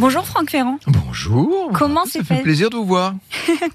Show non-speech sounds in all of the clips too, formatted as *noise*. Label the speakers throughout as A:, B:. A: Bonjour Franck Ferrand.
B: Bonjour.
A: Comment s'est
B: Oh, ça fait
A: fait-
B: plaisir de vous voir.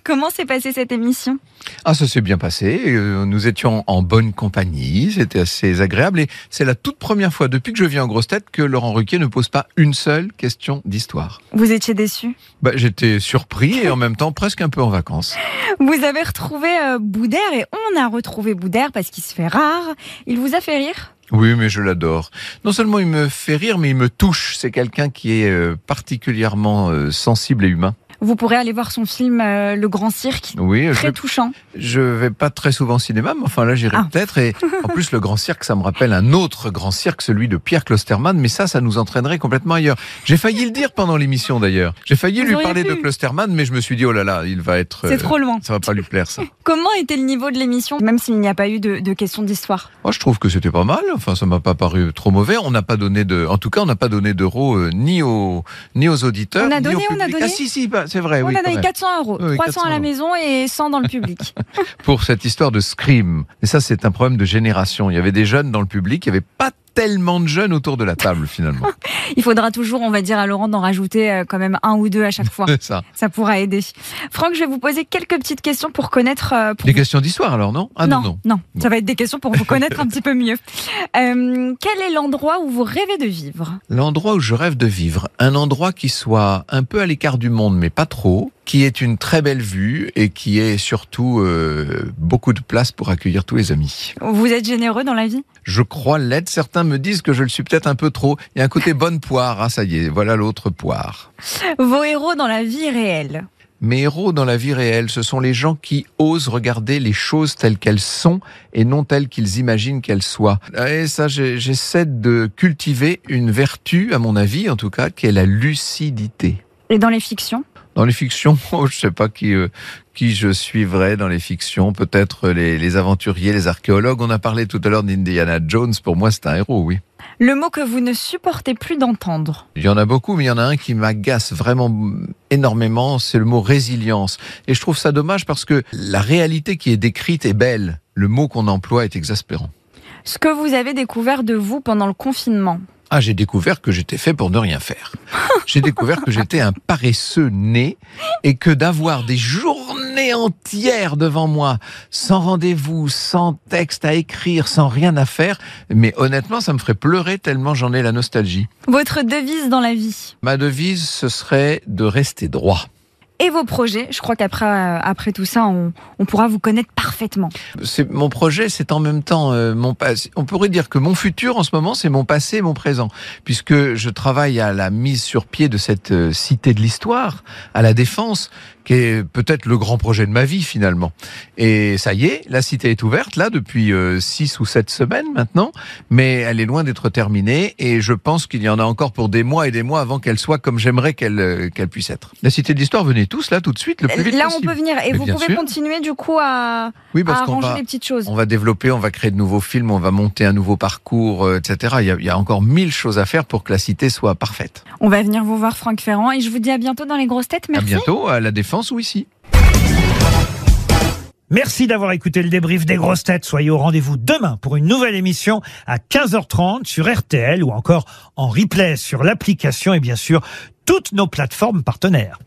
A: Comment s'est passée cette émission
B: Ah, ça s'est bien passé. euh, Nous étions en bonne compagnie. C'était assez agréable. Et c'est la toute première fois depuis que je viens en grosse tête que Laurent Ruquier ne pose pas une seule question d'histoire.
A: Vous étiez déçu.
B: Bah, J'étais surpris et en même temps presque un peu en vacances.
A: Vous avez retrouvé euh, Boudère et on a retrouvé Boudère parce qu'il se fait rare. Il vous a fait rire
B: Oui, mais je l'adore. Non seulement il me fait rire, mais il me touche. C'est quelqu'un qui est euh, particulièrement euh, sensible et humain.
A: Vous pourrez aller voir son film euh, Le Grand Cirque.
B: Oui, je,
A: Très touchant.
B: je vais pas très souvent au cinéma, mais enfin là j'irai
A: Ah.
B: peut-être. Et en plus le Grand Cirque, ça me rappelle un autre Grand Cirque, celui de Pierre Closterman, mais ça, ça nous entraînerait complètement ailleurs. J'ai failli le dire pendant l'émission d'ailleurs. J'ai failli
A: Vous
B: lui
A: auriez
B: parler de
A: pu.
B: Closterman, mais je me suis dit oh là là, il va être.
A: C'est
B: euh,
A: trop loin.
B: Ça va pas lui plaire
A: *laughs*
B: ça.
A: Comment était le niveau de l'émission, même s'il n'y a pas eu de, de questions d'histoire
B: Moi, Oh, je trouve que c'était pas mal. Enfin, ça m'a pas paru trop mauvais. On n'a pas donné de, en tout cas, on n'a pas donné d'euros euh, ni aux ni aux auditeurs.
A: On a
B: ni
A: donné,
B: au
A: on a
B: public.
A: donné.
B: Ah si si, bah, c'est vrai.
A: On
B: oui,
A: a
B: quand
A: donné
B: même.
A: 400 euros,
B: Oui,
A: 300 à la
B: 400.
A: maison et 100 dans le public. *laughs*
B: pour cette histoire de scream. Et ça, c'est un problème de génération. Il y avait des jeunes dans le public, il n'y avait pas tellement de jeunes autour de la table finalement.
A: Il faudra toujours, on va dire à Laurent, d'en rajouter euh, quand même un ou deux à chaque
B: *laughs*
A: fois.
B: C'est ça.
A: Ça pourra aider. Franck, je vais vous poser quelques petites questions pour connaître. euh, pour
B: Des questions d'histoire alors, non Ah non, non.
A: Ça va être des questions pour vous connaître un petit peu
B: *laughs*
A: mieux. Euh, quel est l'endroit où vous rêvez de vivre
B: L'endroit où je rêve de vivre, un endroit qui soit un peu à l'écart du monde, mais pas trop, qui ait une très belle vue et qui ait surtout euh, beaucoup de place pour accueillir tous les amis.
A: Vous êtes généreux dans la vie
B: Je crois l'être. Certains me disent que je le suis peut-être un peu trop. Il y a un côté bonne poire. Ah ça y est, voilà l'autre poire.
A: Vos héros dans la vie réelle
B: Mes héros dans la vie réelle, ce sont les gens qui osent regarder les choses telles qu'elles sont et non telles qu'ils imaginent qu'elles soient. Et ça, j'ai- j'essaie de cultiver une vertu, à mon avis en tout cas, qui est la lucidité.
A: et dans les fictions
B: Dans les fictions, *laughs* oh, je sais pas qui, euh, qui je suivrai dans les fictions. Peut-être les, les aventuriers, les archéologues. On a parlé tout à l'heure d'Indiana Jones. Pour moi, c'est un héros, oui.
A: Le mot que vous ne supportez plus d'entendre
B: Il y en a beaucoup, mais il y en a un qui m'agace vraiment énormément, c'est le mot résilience. Et je trouve ça dommage parce que la réalité qui est décrite est belle. Le mot qu'on emploie est exaspérant.
A: Ce que vous avez découvert de vous pendant le confinement
B: Ah, j'ai découvert que j'étais fait pour ne rien faire. J'ai découvert que j'étais un paresseux né et que d'avoir des journées entières devant moi, sans rendez-vous, sans texte à écrire, sans rien à faire, mais honnêtement, ça me ferait pleurer tellement j'en ai la nostalgie.
A: Votre devise dans la vie
B: Ma devise, ce serait de rester droit.
A: et vos projets, je crois qu'après euh, après tout ça, on, on pourra vous connaître parfaitement.
B: C'est mon projet, c'est en même temps euh, mon passé. On pourrait dire que mon futur en ce moment, c'est mon passé et mon présent, puisque je travaille à la mise sur pied de cette euh, cité de l'histoire, à la défense, qui est peut-être le grand projet de ma vie finalement. Et ça y est, la cité est ouverte là depuis euh, six ou sept semaines maintenant, mais elle est loin d'être terminée et je pense qu'il y en a encore pour des mois et des mois avant qu'elle soit comme j'aimerais qu'elle euh, qu'elle puisse être. La cité de l'histoire, venez tous là tout de suite, le plus vite
A: Euh, Là, on
B: possible.
A: peut Ah, venir et
B: Mais
A: vous
B: bien
A: pouvez
B: sûr.
A: continuer du coup à,
B: Oui,
A: à
B: parce qu'on
A: arranger
B: va.
A: les petites choses.
B: On va développer, on va créer de nouveaux films, on va monter un nouveau parcours, euh, etc. Il y, a, il y a encore mille choses à faire pour que la cité soit parfaite.
A: On va venir vous voir, Franck Ferrand, et je vous dis à bientôt dans les grosses têtes. Merci.
B: À bientôt à la défense ou ici.
C: Merci d'avoir écouté le débrief des grosses têtes. Soyez au rendez-vous demain pour une nouvelle émission à 15h30 sur RTL ou encore en replay sur l'application et bien sûr toutes nos plateformes partenaires.